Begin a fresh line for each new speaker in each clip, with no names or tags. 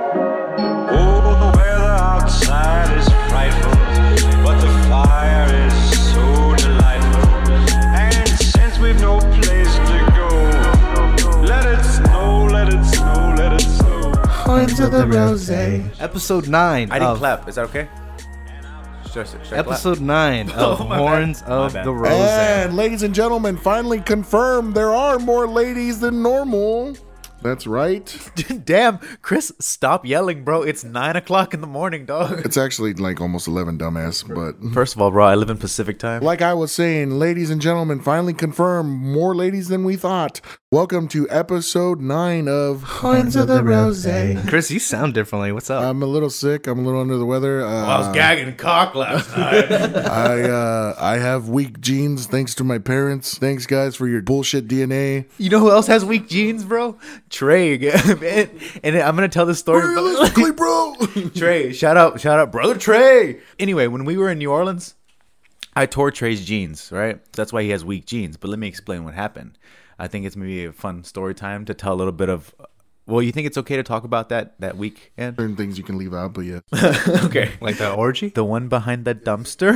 Oh, the weather outside is frightful, but the fire is so delightful. And since we've no place to go, let it snow, let it snow, let it snow.
Points of the rose. eh?
Episode 9.
I didn't
of-
clap. Is that okay? Should I, should I clap?
Episode 9 of
Oh, my bad.
Horns
My
of
bad.
the Rose.
And ladies and gentlemen, finally confirmed there are more ladies than normal. That's right.
Damn, Chris, stop yelling, bro. It's nine o'clock in the morning, dog.
It's actually like almost 11, dumbass, but.
First of all, bro, I live in Pacific time.
Like I was saying, ladies and gentlemen, finally confirmed more ladies than we thought. Welcome to episode nine of Horns of the Rose. eh? I'm
Chris, you sound differently. What's up?
a little sick. I'm a little under the weather. Uh,
I was gagging cock last night.
I uh, I have weak genes thanks to my parents. Thanks guys for your bullshit DNA.
you know who else has weak genes, bro? Trey. man. and I'm gonna tell this story.
Realistically, bro.
Trey, shout out, shout out, brother Trey. Anyway, when we were in New Orleans, I tore Trey's jeans, right? That's why he has weak jeans. But let me explain what happened. I think it's maybe a fun story time to tell a little bit of. Well, you think it's okay to talk about that that week? And
Certain things you can leave out, but yeah.
okay,
like the orgy?
the one behind the dumpster,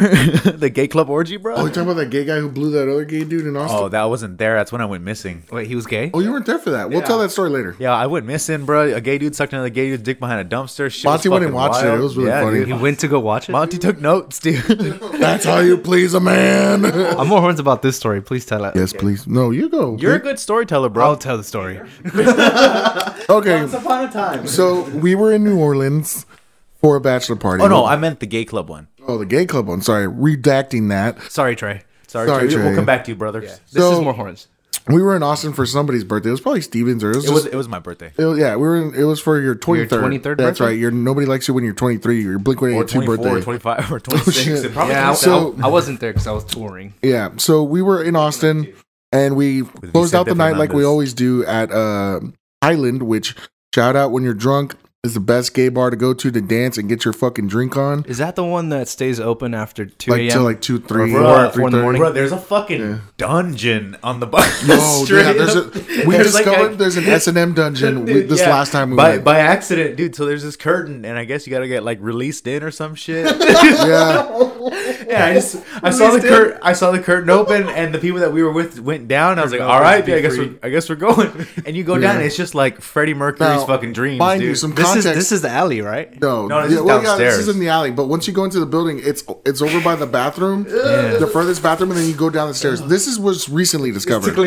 the gay club orgy, bro.
Oh,
Oh,
you talking about that gay guy who blew that other gay dude in Austin?
that wasn't there. That's when I went missing.
Wait, he was gay?
Oh, you weren't there for that. We'll tell that story later.
Yeah, I went missing, bro. A gay dude sucked another gay dude's dick behind a dumpster. Shit was
Monty went and
fucking
watched it.
wild.
It was really
Yeah,
funny.
He went to go watch it?
Monty took notes, dude.
That's how you please a man.
I'm more horns about this story. Please tell it.
yes, please. No, you go.
You're a good storyteller, bro.
I'll tell the story.
okay.
upon a time.
So we were in New Orleans for a bachelor party.
Oh no, I meant the gay club one.
oh the gay club one. Sorry, redacting that.
Sorry, Trey.
Sorry,
Sorry,
Trey.
Trey.
We'll come back to you, brother.
This
So-
is more horns.
We were in Austin for somebody's birthday. It was probably Stevens or it was,
It was
just-
it was my birthday.
It was- yeah, we were. In, it was for your twenty third.
23rd
That's
birthday?
right. Your nobody likes you when you're twenty three. Your Blink one
Or
eighty two
24 or
birthday. Oh,
25 or 26.
shit.
It probably
Yeah, I,
was
So-
I, I wasn't there because I was touring.
Yeah. So we were in Austin and we closed out the
Vicente
night like we
Fernandez.
always do at uh, Highland, which shout out when you're drunk is the best gay bar to go to to dance and get your fucking drink on.
Is that the one that stays open after 2
Like till
a.m.?
like two, three,
four,
or
four in the morning.
Bro, there's a fucking dungeon on the bus.
Oh yeah,
straight
there's a,
up.
we
There's like
discovered
a-
there's an S and M dungeon we,
Dude,
this
yeah.
last time we
by,
went.
by accident, dude. So there's this curtain, and I guess you gotta get like released in or some shit.
yeah,
yeah, I just I saw the curtain. I saw the curtain open, and the people that we were with went down. I was like, all right, yeah, I guess we're, I guess we're going. And you go down, and it's just like Freddie Mercury's
Now,
fucking dreams,
mind
dude.
you, some
This is,
context.
this is the alley, right?
No,
No, this
Yeah,
is
well, yeah, this
downstairs.
is in the alley. But once you go into the building, it's it's over by the bathroom, the furthest bathroom, and then you go down the stairs. This is was recently discovered.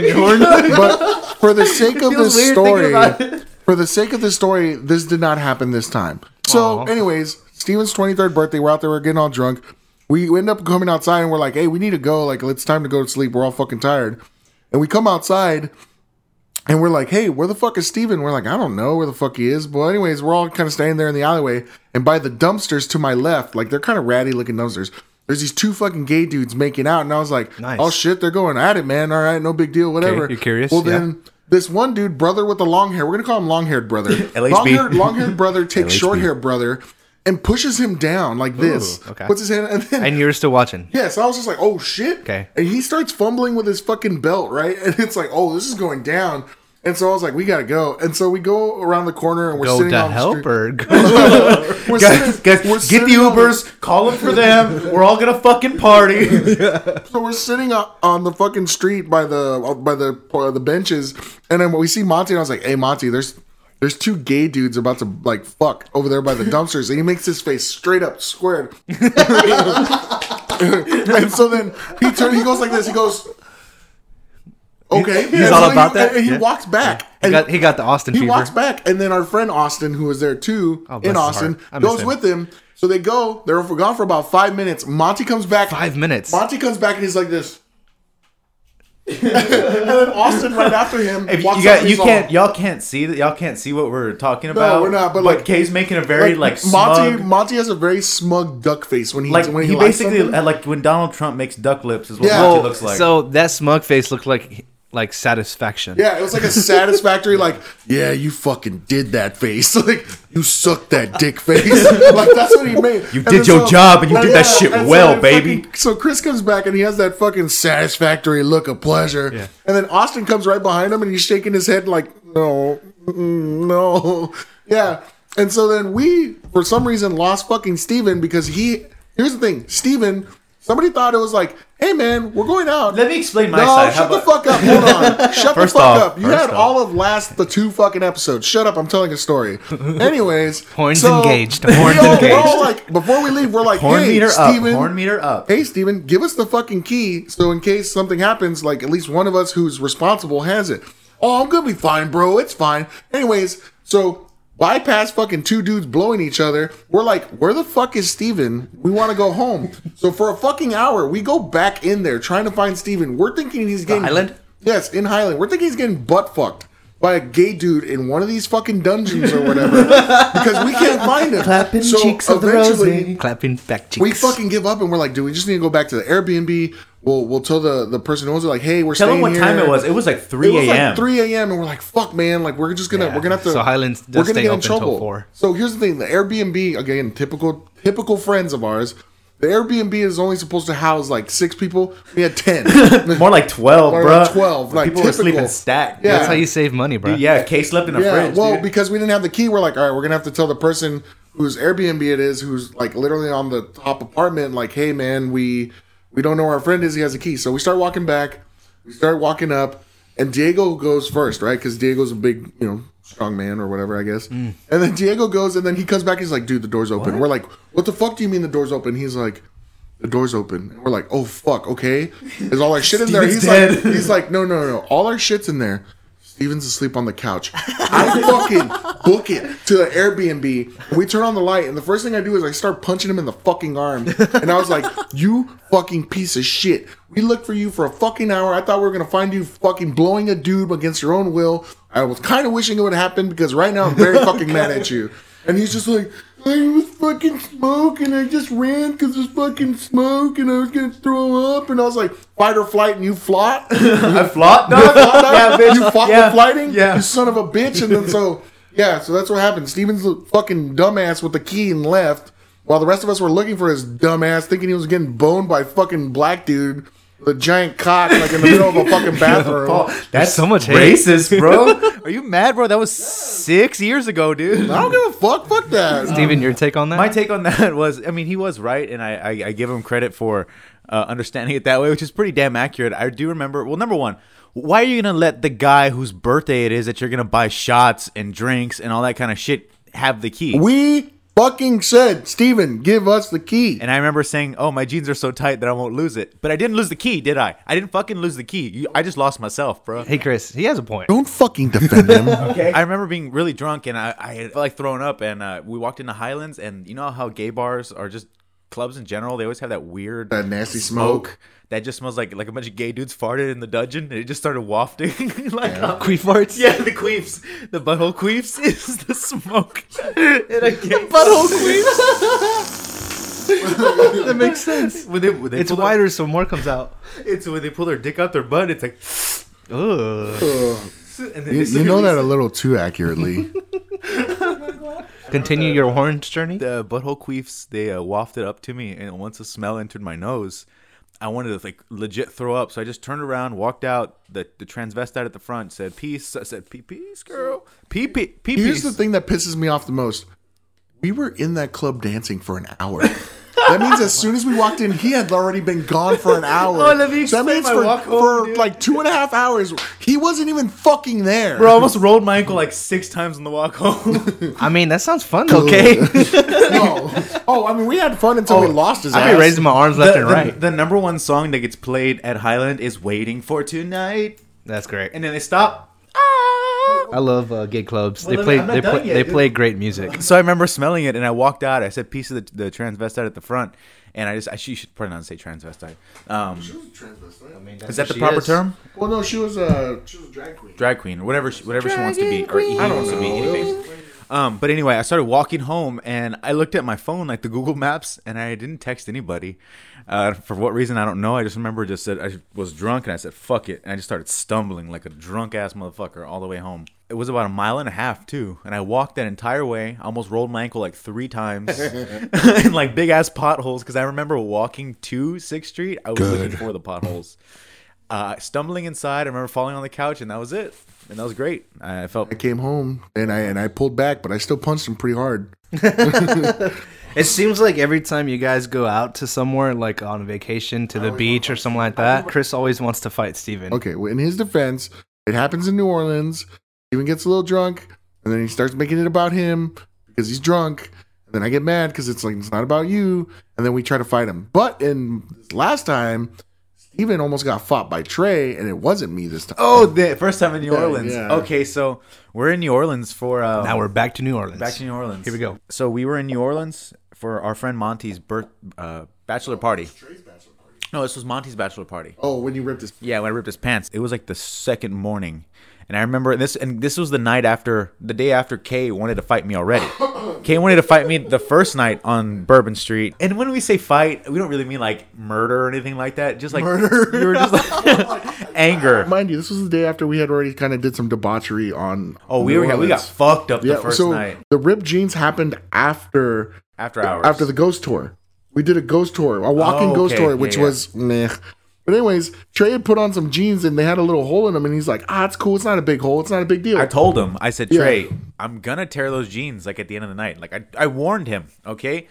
But for the sake of
feels
this
weird thinking
story,
about
for the sake of this story, this did not happen this time. So, anyways, Steven's twenty third birthday. We're out there. We're getting all drunk. We end up coming outside and we're like, "Hey, we need to go. Like, it's time to go to sleep. We're all fucking tired." And we come outside and we're like, hey, where the fuck is Steven? We're like, I don't know where the fuck he is. But anyways, we're all kind of standing there in the alleyway. And by the dumpsters to my left, like they're kind of ratty looking dumpsters. There's these two fucking gay dudes making out. And I was like,
Nice.
oh shit, they're going at it, man. All right, no big deal, whatever.
you're curious?
Well,
Yeah.
then this one dude, brother with the long hair, we're going to call him long haired brother.
LHB.
long haired brother takes short haired brother and pushes him down like this.
okay.
Puts his hand and then
And you were still watching.
yeah, so I was just like, oh shit.
Okay.
And he starts fumbling with his fucking belt, right? And it's like, oh, this is going down. And so I was like, we gotta go. And so we go around the corner and we're
Go
sitting
to
on the
help
street-
or
We're
guys,
sitting-
guys
we're
get the
sitting on
Ubers, call them for them. We're all gonna fucking party.
So we're sitting o- on the fucking street by the uh, by the by the benches, and then we see Monty, and I was like, "Hey, Monty, there's there's two gay dudes about to like fuck over there by the dumpsters," and he makes his face straight up squared. and so then he turns, he goes like this. He goes, "Okay," he's
all about that?
And he
Yeah.
walks back.
he,
and
got, he got the Austin
he
fever.
walks back, and then our friend Austin, who was there too
Oh, bless
in
his
Austin,
heart. I miss
goes
him.
with him. So they go. They're gone for about five minutes. Monty comes back.
Five minutes.
Monty comes back and he's like this. and then Austin right after him.
If you,
walks
you,
up
got,
and
you
he's all-
can't, y'all can't see that. Y'all can't see what we're talking about.
we're not, but, like-
Kay's making a very like,
Monty,
smug,
Monty has a very smug duck face when he
like
when
he,
likes
basically uh,
something.
like when Donald Trump makes duck lips is what
Yeah.
Monty
Well,
looks like.
So that smug face looked like like satisfaction.
Yeah, it was like a satisfactory, like, yeah, you fucking did that face. Like, you sucked that dick face. like, that's what he made.
You
And then
did your job and you did that shit
and
well,
it
baby.
fucking- so Chris comes back and he has that fucking satisfactory look of pleasure.
Yeah.
And then Austin comes right behind him and he's shaking his head like, no, mm, no. Yeah. And so then we, for some reason, lost fucking Steven because he, here's the thing, Steven, somebody thought it was like, hey man, we're going out.
Let me explain my
No,
side. How
shut the
about-
fuck up. Hold on. Shut
First
the fuck
off-
up. You
first
had
off.
all of last the two fucking episodes. Shut up. I'm telling a story. Anyways,
Horns
so-
engaged.
we
Horns
all- we're
engaged.
all like, before we leave, we're like,
Horn
hey,
meter
Steven,
up. Horn meter up.
hey, Steven, give us the fucking key so in case something happens, like at least one of us who's responsible has it. Oh, I'm gonna be fine, bro. It's fine. Anyways, so bypass fucking two dudes blowing each other. We're like, where the fuck is Steven? We want to go home. so for a fucking hour, we go back in there trying to find Steven. We're thinking he's getting
Highland?
Yes, in Highland. We're thinking he's getting butt fucked. By a gay dude in one of these fucking dungeons or whatever, because we can't find him.
Clapping
So
cheeks of the
eventually-
rosy. Clapping back cheeks.
we fucking give up and we're like, dude, we just need to go back to the Airbnb. We'll we'll tell the the person who owns it like, hey, we're
Tell
staying
him what
here.
time it was. It was like
It
3
was
a.m.
like 3 a.m. and we're like, fuck, man, like we're just gonna
Yeah.
we're gonna have to.
So Highlands does
we're gonna
stay
get in
open till
trouble.
four.
So here's the thing: the Airbnb again, typical typical friends of ours. The Airbnb is only supposed to house like six people. We had ten.
More like 12,
Or
bro.
like 12, like
people
typical.
were sleeping stacked.
Yeah.
That's how you save money, bro.
Dude, yeah, Kay slept in a
yeah,
fridge.
well,
dude.
because we didn't have the key, we're like, all right, we're gonna have to tell the person whose Airbnb it is, who's like literally on the top apartment, like, hey man, we we don't know where our friend is. He has a key, so we start walking back. We start walking up, and Diego goes first, right? Because Diego's a big, you know, strong man or whatever, I guess.
Mm.
And then Diego goes, and then he comes back. He's like, dude, the door's open. We're like, what the fuck do you mean the door's open? He's like. The door's open. And we're like, oh fuck, okay. There's all our shit in there. He's
Steven's
like,
dead.
he's like, no, no, no, no. All our shit's in there. Steven's asleep on the couch. I fucking book it to the Airbnb. We turn on the light, and the first thing I do is I start punching him in the fucking arm. And I was like, You fucking piece of shit. We looked for you for a fucking hour. I thought we were gonna find you fucking blowing a dude against your own will. I was kind of wishing it would happen because right now I'm very fucking mad at you. And he's just like, I was fucking smoke and I just ran because there's fucking smoke and I was gonna throw up. And I was like, fight or flight and you flop.
I flopped.
No, I fought that. You fought
Yeah.
with flighting?
Yeah.
You son of a bitch. And then so, yeah, so that's what happened. Steven's a fucking dumbass with the key and left while the rest of us were looking for his dumbass, thinking he was getting boned by fucking black dude with a giant cock, like in the middle of a fucking bathroom.
That's
so much hate.
racist, bro. Are you mad, bro? That was six years ago, dude.
I don't give a fuck. Fuck that.
Steven, your take on that?
My take on that was, I mean, he was right, and I, I, I give him credit for uh, understanding it that way, which is pretty damn accurate. I do remember. Well, number one, why are you gonna let the guy whose birthday it is that you're gonna buy shots and drinks and all that kind of shit have the key?
We fucking said, Steven, give us the key.
and I remember saying, "Oh, my jeans are so tight that I won't lose it." But I didn't lose the key, did I? I didn't fucking lose the key. You, I just lost myself, bro.
hey, Chris, he has a point.
don't fucking defend him.
I remember being really drunk and I, I had like thrown up and uh, we walked into Highlands and you know how gay bars are just clubs in general they always have that weird
That nasty smoke.
that just smells like like a bunch of gay dudes farted in the dungeon and it just started wafting like yeah.
Queef farts?
yeah the queefs the butthole queefs is the smoke and I can't-
Butthole queefs. that makes sense.
when they, when they
It's
pull
wider, so more comes out.
their, it's when they pull their dick out their butt it's like
Ugh.
and then
You,
it's
you know that a little too accurately.
Continue your horns journey.
the butthole queefs they uh, wafted up to me and once the smell entered my nose i wanted to like legit throw up so i just turned around walked out the, the transvestite at the front said peace i said "Pee- peace girl pee pee pee
Here's
peace
the thing that pisses me off the most. We were in that club dancing for an hour. That means as soon as we walked in, he had already been gone for an hour.
Oh, let me
So
explain my
for,
walk home,
for
dude.
like two and a half hours, he wasn't even fucking there.
bro I almost rolled my ankle like six times on the walk home
I mean, that sounds fun.
okay
No. Oh, I mean, we had fun until we lost his
I'd
ass.
be raising my arms
the,
left and
the-
right.
the number one song that gets played at highland is waiting for tonight
That's great.
and then they stop Ah.
I love uh, gay clubs.
Well,
they
I'm
play.
not
They
done
play.
yet,
they
dude.
play great music.
So I remember smelling it, and I walked out. I said, "Piece of the, the transvestite at the front," and I just I, she should probably not say transvestite. Um, is that the proper term?
well, no, she was a she was a drag queen.
Drag queen, or whatever she, whatever she wants to be, or
I
even
don't
wants to
know.
be
It
anything.
was-
Um, but anyway, I started walking home and I looked at my phone, like the Google Maps, and I didn't text anybody. Uh, for what reason, I don't know. I just remember just said I was drunk and I said, fuck it. And I just started stumbling like a drunk ass motherfucker all the way home. It was about a mile and a half, too. And I walked that entire way. I almost rolled my ankle like three times in like big ass potholes because I remember walking to 6th Street. I was looking for the potholes. Uh, stumbling inside, I remember falling on the couch, and that was it. And that was great. I felt
I came home and I and I pulled back, but I still punched him pretty hard.
It seems like every time you guys go out to somewhere, like on vacation to the beach or something like that, Chris always wants to fight Steven.
Okay, well, in his defense, it happens in New Orleans. Steven gets a little drunk, and then he starts making it about him because he's drunk. And then I get mad because it's like it's not about you. And then we try to fight him. But in last time, Steven almost got fought by Trey, and it wasn't me this time.
Oh, the first time in New Orleans.
yeah.
Okay, so we're in New Orleans for uh,
Now we're back to New Orleans.
back to New Orleans.
Here we go.
So we were in New Orleans for our friend Monty's birth uh, bachelor party. No, this was Monty's bachelor party.
Oh, when you ripped his
Yeah, when I ripped his pants, it was like the second morning, and I remember this. And this was the night after, the day after Kay wanted to fight me already. Kay wanted to fight me the first night on Bourbon Street. And when we say fight, we don't really mean like murder or anything like that. Just like murder, you were just like anger.
Mind you, this was the day after we had already kind of did some debauchery on.
Oh, we
New
were we got
Orleans.
fucked up
yeah.
the first
so
night
the ripped jeans happened after
after hours.
after the ghost tour. We did a ghost tour, a walking
Oh,
ghost
okay.
tour,
Yeah,
which
yeah.
was meh. But anyways, Trey had put on some jeans and they had a little hole in them, and he's like, "Ah, it's cool. It's not a big hole. It's not a big deal."
I told him, I said, Trey, I'm gonna tear those jeans like at the end of the night. Like I, I warned him. Okay.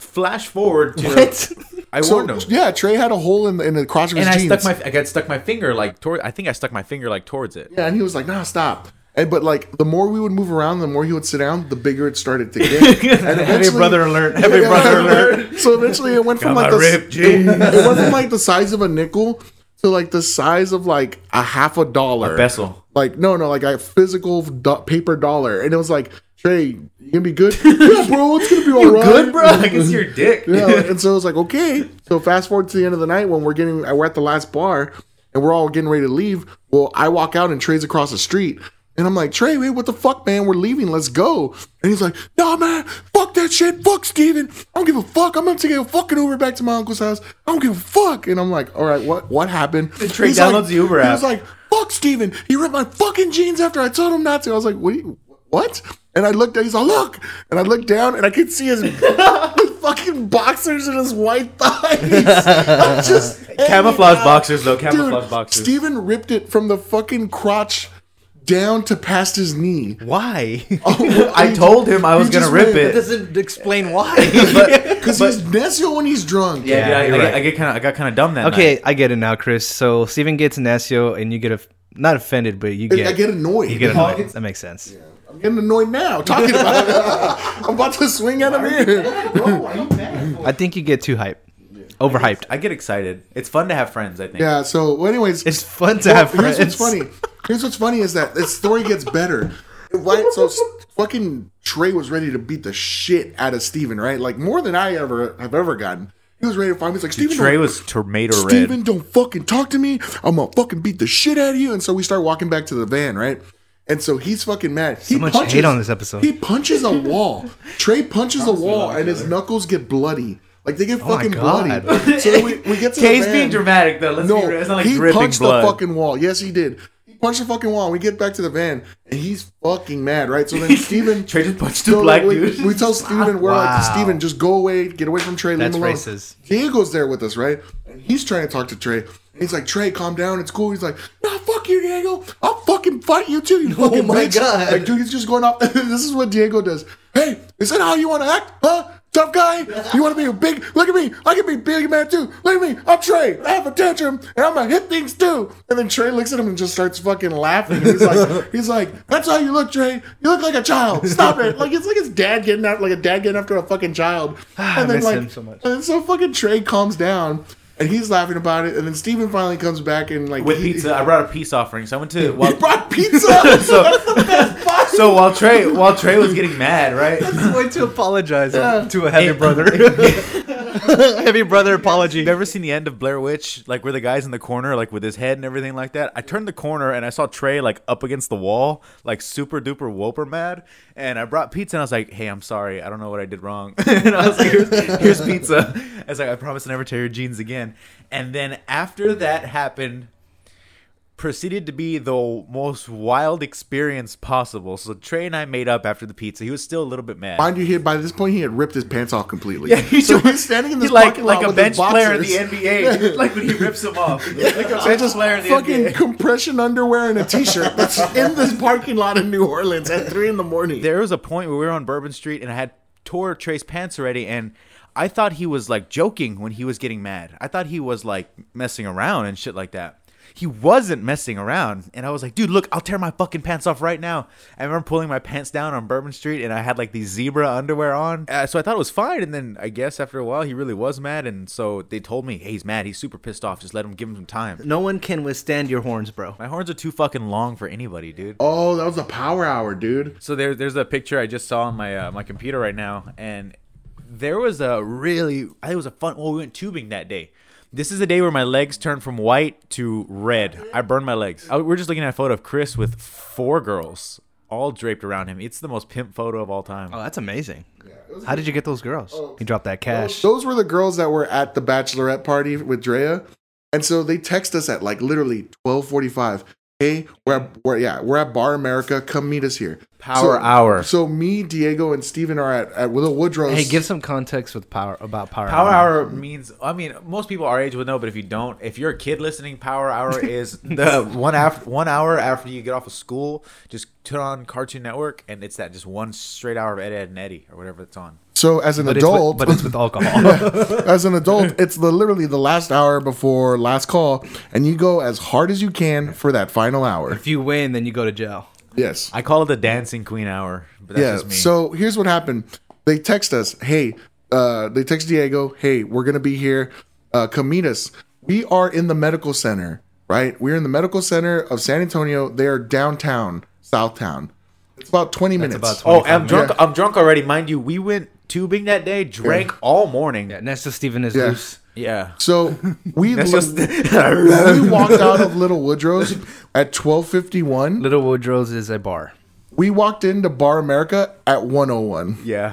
Flash forward to I
so,
warned him.
yeah, Trey had a hole in, in the crotch of his
And I
jeans.
stuck my I got stuck my finger like toward I think I stuck my finger like towards it.
yeah, and he was like, "Nah, stop." And, but like the more we would move around, the more he would sit down, the bigger it started to get. And
Hey,
eventually-
brother alert. Hey,
Yeah,
brother
yeah,
alert.
yeah. So eventually, it went from like
Got my
the
ripped
it,
jeans.
it went from like the size of a nickel to like the size of like a half a dollar
Vessel.
Like no, no, like a physical do- paper dollar, and it was like Trey, you gonna be good, yeah, bro. It's gonna be all right,
Good bro, I can see your dick.
yeah, and so it was like okay. So fast forward to the end of the night when we're getting, we're at the last bar, and we're all getting ready to leave. Well, I walk out and Trey's across the street. And I'm like, Trey, wait, what the fuck, man? We're leaving. Let's go. And he's like, Nah, man, fuck that shit. Fuck Steven. I don't give a fuck. I'm gonna take a fucking Uber back to my uncle's house. I don't give a fuck. And I'm like, All right, what what happened?
Trey
He's
downloads the Uber
he
app.
was like, Fuck Steven. He ripped my fucking jeans after I told him not to. I was like, What? do you- What? And I looked at. He's like, Look. And I looked down and I could see his, his fucking boxers and his white thighs. I'm just hanging
Camouflage
out.
boxers though, camouflage boxers.
Steven ripped it from the fucking crotch down to past his knee.
Why?
he
Oh, I told him I
ju-
was
he
gonna
just
rip
went-
it.
doesn't explain why.
But-
Because he's necio when he's drunk.
yeah, I, I,
you're right.
I get kind of I got kind of dumb that night.
okay, I get it now, Chris. So Steven gets Nasio, and you get a, not offended, but you
I-
get
I get annoyed.
you get annoyed. That makes sense.
I'm getting annoyed now talking about it. I'm about to swing at him here.
I think you get too hype, overhyped.
I get excited. It's fun to have friends. I think.
Yeah, so, well, anyways.
It's fun to have friends.
Here's what's funny. Here's what's funny is that this story gets better. Right? So s- fucking Trey was ready to beat the shit out of Steven, right? Like more than I ever have ever gotten. He was ready to fight me. He's like, Steven,
Trey
don't-
was tomato red.
Steven, don't fucking talk to me. I'm gonna fucking beat the shit out of you. And so we start walking back to the van, right? And so he's fucking mad. He
much hate on this episode.
He punches a wall. Trey punches a wall, and his knuckles get bloody. Like they get fucking
Oh God.
bloody. So then we, we get to the
Kay's
van.
being dramatic though. Let's be
No,
real. It's not like
he
dripping
punched
blood.
the fucking wall. Yes, he did. He punched the fucking wall. We get back to the van, and he's fucking mad, right? So then Steven
Trey just punched
so
a black
we,
dude.
We tell Steven, we're like,
Wow.
Steven, just go away, get away from Trey,
That's
leave him alone.
racist.
Diego's there with us, right? And he's trying to talk to Trey. And He's like, Trey, calm down. It's cool. He's like, Nah, fuck you, Diego. I'll fucking fight you too. You fucking
Oh my
bitch."
God.
Like, dude, he's just going off. this is what Diego does. Hey, is that how you want to act, huh? Tough guy. You want to be a big? Look at me. I can be big man too. Look at me. I'm Trey. I have a tantrum, and I'm gonna hit things too. And then Trey looks at him and just starts fucking laughing. And he's like, he's like, that's how you look, Trey. You look like a child. Stop it. Like it's like his dad getting out, like a dad getting after a fucking child. And
miss him so much.
And so fucking Trey calms down. And he's laughing about it, and then Steven finally comes back and like
with
he-
pizza. I brought a peace offering, so I went to.
He
While,
brought pizza.
so while Trey while Trey was getting mad, right?
Way to apologize to a heavy brother. Heavy brother apology.
You ever seen the end of Blair Witch? Like where the guy's in the corner, like with his head and everything like that. I turned the corner and I saw Trey like up against the wall, like super duper woper mad. And I brought pizza and I was like, "Hey, I'm sorry. I don't know what I did wrong." and I was like, "Here's, here's pizza." I was like, "I promise to never tear your jeans again." And then after that happened, proceeded to be the most wild experience possible. So Trey and I made up after the pizza. He was still a little bit mad.
Mind you, he had, by this point he had ripped his pants off completely.
Yeah, he
so
just-
he's standing in this
he's like
parking lot
like a
with his
bench player in the
boxers.
NBA, like when he rips them off, like a bench player in the
fucking
NBA.
compression underwear and a t-shirt that's in this parking lot in New Orleans at three in the morning.
There was a point where we were on Bourbon Street and I had tore Trey's pants already, and I thought he was like joking when he was getting mad. I thought he was like messing around and shit like that. He wasn't messing around, and I was like, "Dude, look, I'll tear my fucking pants off right now." I remember pulling my pants down on Bourbon Street, and I had like these zebra underwear on, uh, so I thought it was fine. And then I guess after a while, he really was mad, and so they told me, "Hey, he's mad. He's super pissed off. Just let him give him some time."
No one can withstand your horns, bro.
My horns are too fucking long for anybody, dude.
Oh, that was a power hour, dude.
So there, there's a picture I just saw on my uh, my computer right now, and there was a really, I think it was a fun. Well, we went tubing that day. This is the day where my legs turned from white to red. I burned my legs. I, we're just looking at a photo of Chris with four girls all draped around him. It's the most pimp photo of all time.
Oh, that's amazing. How did you get those girls? you dropped that cash.
Those were the girls that were at the bachelorette party with Drea, and so they text us at like literally twelve forty-five. Hey, we're, at, we're yeah, we're at Bar America. Come meet us here.
Power
So-
hour.
So me, Diego, and Steven are at, at Willow Woodrow's.
Hey, give some context with power about power.
Power
hour.
hour Mm. means I mean most people our age would know, but if you don't, if you're a kid listening, power hour is the one after one hour after you get off of school, just turn on Cartoon Network and it's that just one straight hour of Ed, Ed and Eddie or whatever it's on.
so as an
But it's,
adult,
with, but it's with alcohol.
as an adult, it's the literally the last hour before last call, and you go as hard as you can for that final hour.
if you win, then you go to jail.
Yes.
I call it the dancing queen hour, but that's
yeah.
just me.
So here's what happened. They text us, hey, uh, they text Diego, hey, we're gonna be here. Uh, come meet us. We are in the medical center, right? We're in the medical center of San Antonio. They are downtown, Southtown. It's about 20 minutes.
about 20
oh, I'm
25
drunk. I'm drunk already, mind you. We went tubing that day, drank all morning.
Yeah, Nesta Steven is
Yeah.
loose.
Yeah.
so we
That's just
we walked out of Little Woodrow's at 12:51.
Little Woodrow's is a bar.
We walked into Bar America at 101.
yeah.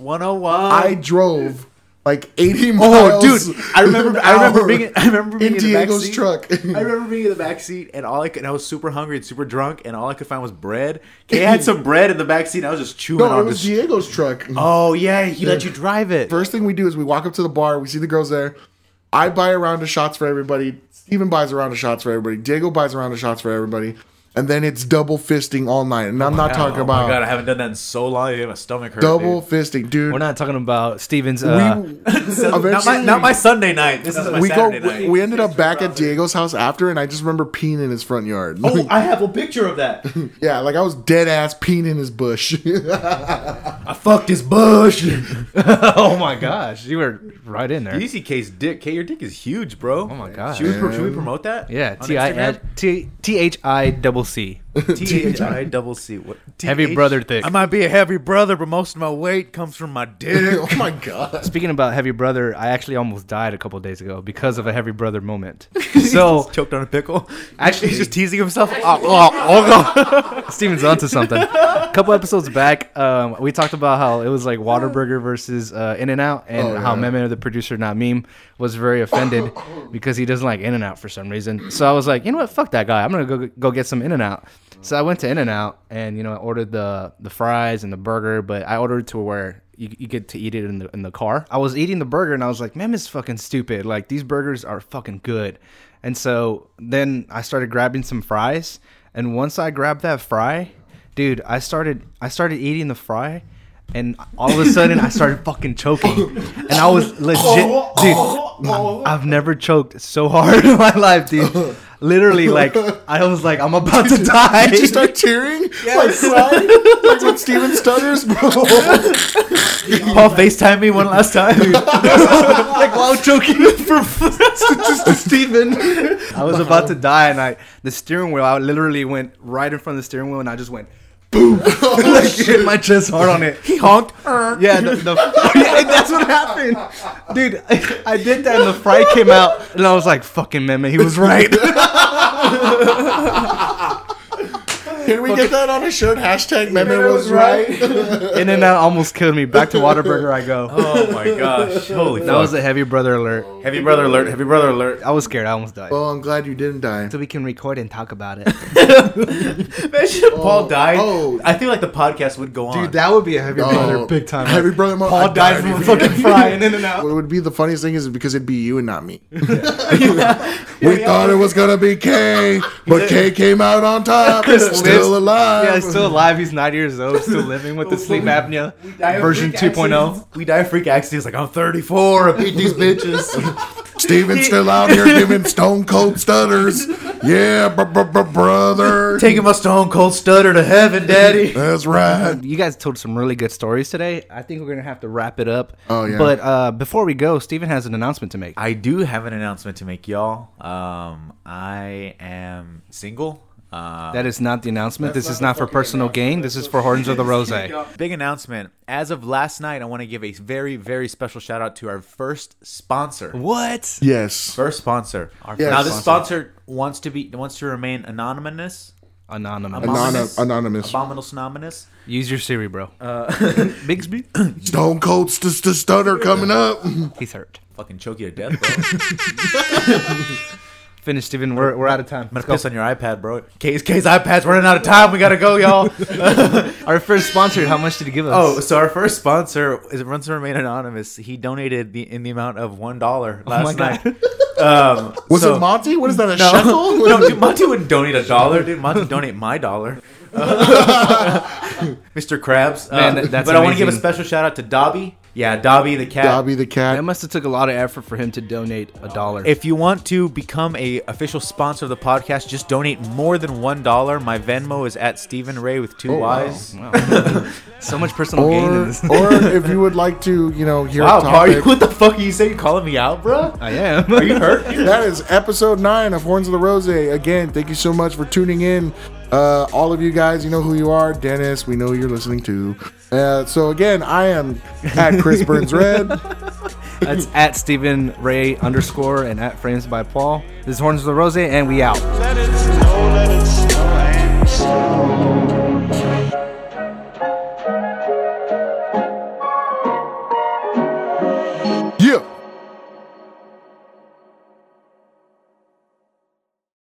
101.
I drove like 80
Oh,
miles.
dude! I remember.
an
I remember
hour
being. I remember being
in
in,
Diego's
the backseat.
truck.
I remember being in the back seat, and all I could. And I was super hungry and super drunk, and all I could find was bread. Kay had some bread in the back seat. And I was just chewing
no, it
on
was
this.
Diego's truck.
oh yeah, he let you drive it.
First thing we do is we walk up to the bar. We see the girls there. I buy a round of shots for everybody. Steven buys a round of shots for everybody. Diego buys a round of shots for everybody. And then it's double fisting all night. And I'm not talking
Oh my
about
god, I haven't done that in so long. I have a stomach hurt.
double
dude.
fisting, dude.
We're not talking about Steven's. Uh,
we
Not my,
eventually-
not my Sunday night. This is my
we go.
Saturday night.
We ended up back at Diego's house after, and I just remember peeing in his front yard.
Oh, I have a picture of that.
yeah, like I was dead ass peeing in his bush.
I fucked his bush.
oh my gosh, you were right in there.
you see K's dick? K, your dick is huge, bro. Oh
my God.
Should we, pro- should we promote that?
Yeah,
on
T I
Instagram?
N- T T H I double C.
T H I double C. What?
Heavy
TH?
brother thick.
I might be a heavy brother, but most of my weight comes from my dick.
oh my god!
Speaking about heavy brother, I actually almost died a couple days ago because of a heavy brother moment. So
choked on a pickle.
Actually-
he's just teasing himself. Oh, oh, oh, no.
Steven's onto something. A couple episodes back, um, we talked about how it was like Waterburger versus uh, In and Out, and
Oh,
how
yeah.
Meme, the producer, not Meme, was very offended because he doesn't like In and Out for some reason. So I was like, you know what, fuck that guy. I'm gonna go go get some In and Out. So I went to In and Out, and you know, I ordered the the fries and the burger, but I ordered to where. You, you get to eat it in the in the car. I was eating the burger and I was like, "Man, this is fucking stupid. Like these burgers are fucking good." And so then I started grabbing some fries, and once I grabbed that fry, dude, I started I started eating the fry, and all of a sudden I started fucking choking, and I was legit, dude. I've never choked so hard in my life, dude. Literally, like I was like, I'm about to die.
Did you start cheering? Like crying? like when Steven stutters, bro.
Paul, Facetime me one last time.
like while choking for Steven. I was about to die, and I the steering wheel. I literally went right in front of the steering wheel, and I just went. boom. like, Oh, shit my chest hard on it.
He honked.
Yeah, the, the, yeah, that's what happened, dude. I, I did that, and the fry came out, and I was like, "Fucking man, man, he was right."
Can we get that on a shirt? Hashtag Meme was right.
In and out almost killed me. Back to Waterburger, I go.
Oh my gosh! Holy
That was a heavy brother alert.
heavy brother alert! Heavy brother alert!
I was scared. I almost died.
Well, I'm glad you didn't die.
so we can record and talk about it,
Imagine if Paul died.
oh.
I feel like the podcast would go on.
dude. That would be a heavy brother,
Oh,
big time.
Heavy brother, mo- I
Paul died from a fucking fry and in and out.
What would be the funniest thing is because it'd be you and not me. we thought it was gonna be K, but K came out on top. still alive.
Yeah, he's still alive. He's nine years old, still living with the sleep apnea
Die of
version oh.
freak
2.0.
accidents. We die of freak accidents. Like I'm 34. I beat these bitches.
Steven's still out here giving stone cold stutters. Yeah, br- br- br- brother.
Taking my stone cold stutter to heaven, daddy.
That's right.
You guys told some really good stories today. I think we're gonna have to wrap it up.
Oh, yeah.
But uh, before we go, Steven has an announcement to make.
I do have an announcement to make, y'all. Um, I am single.
Ah.
Uh,
That is not the announcement. This is not for personal gain. This is for Horns of the Rose.
Big announcement. As of last night, I want to give a very, very special shout out to our first sponsor.
What?
Yes.
First sponsor.
Yes.
Now this sponsor wants to be wants to remain anonymous.
Anonymous.
Anonymous. Anonymous.
Abominable synonymous.
Use your Siri, bro. Bigsby?
Stone cold st- st- stutter coming up.
He's hurt.
Fucking choke you to death, bro. I'm
Finish, Steven. We're, we're out of time.
gonna piss on your iPad, bro. K's K's iPad's running out of time. We gotta go, y'all.
Our first sponsor, how much did he give us?
Oh, so our first sponsor is runs to remain anonymous. He donated the in the amount of one dollar last
my
night. Um,
Was
so-
it Monty? What is that? A
No,
shekel?
no, dude, Monty wouldn't donate a dollar, dude. Monty would donate my dollar. Mr. Krabs. Uh,
Man, that- that's
but I want to give a
amazing.
special shout out to Dobby. Yeah, Dobby the cat.
Dobby the
That
cat.
must have took a lot of effort for him to donate a dollar.
If you want to become a official sponsor of the podcast, just donate more than one dollar. My Venmo is at Stephen Ray with
Oh,
two Y's.
Wow. so much personal gain in
Or,
this.
or if you would like to, you know, hear
Wow,
a
Mario,
topic.
what the fuck are you saying? Calling me out, bro?
I am.
Are you hurt?
That is episode nine of Horns of the Rose. Again, thank you so much for tuning in. Uh, all of you guys, you know who you are. Dennis, we know who you're listening to. Uh, so again, I am at Chris Burns Red.
That's at Stephen Ray underscore and at Frames by Paul. This is Horns of the Rose, and we out.
Let it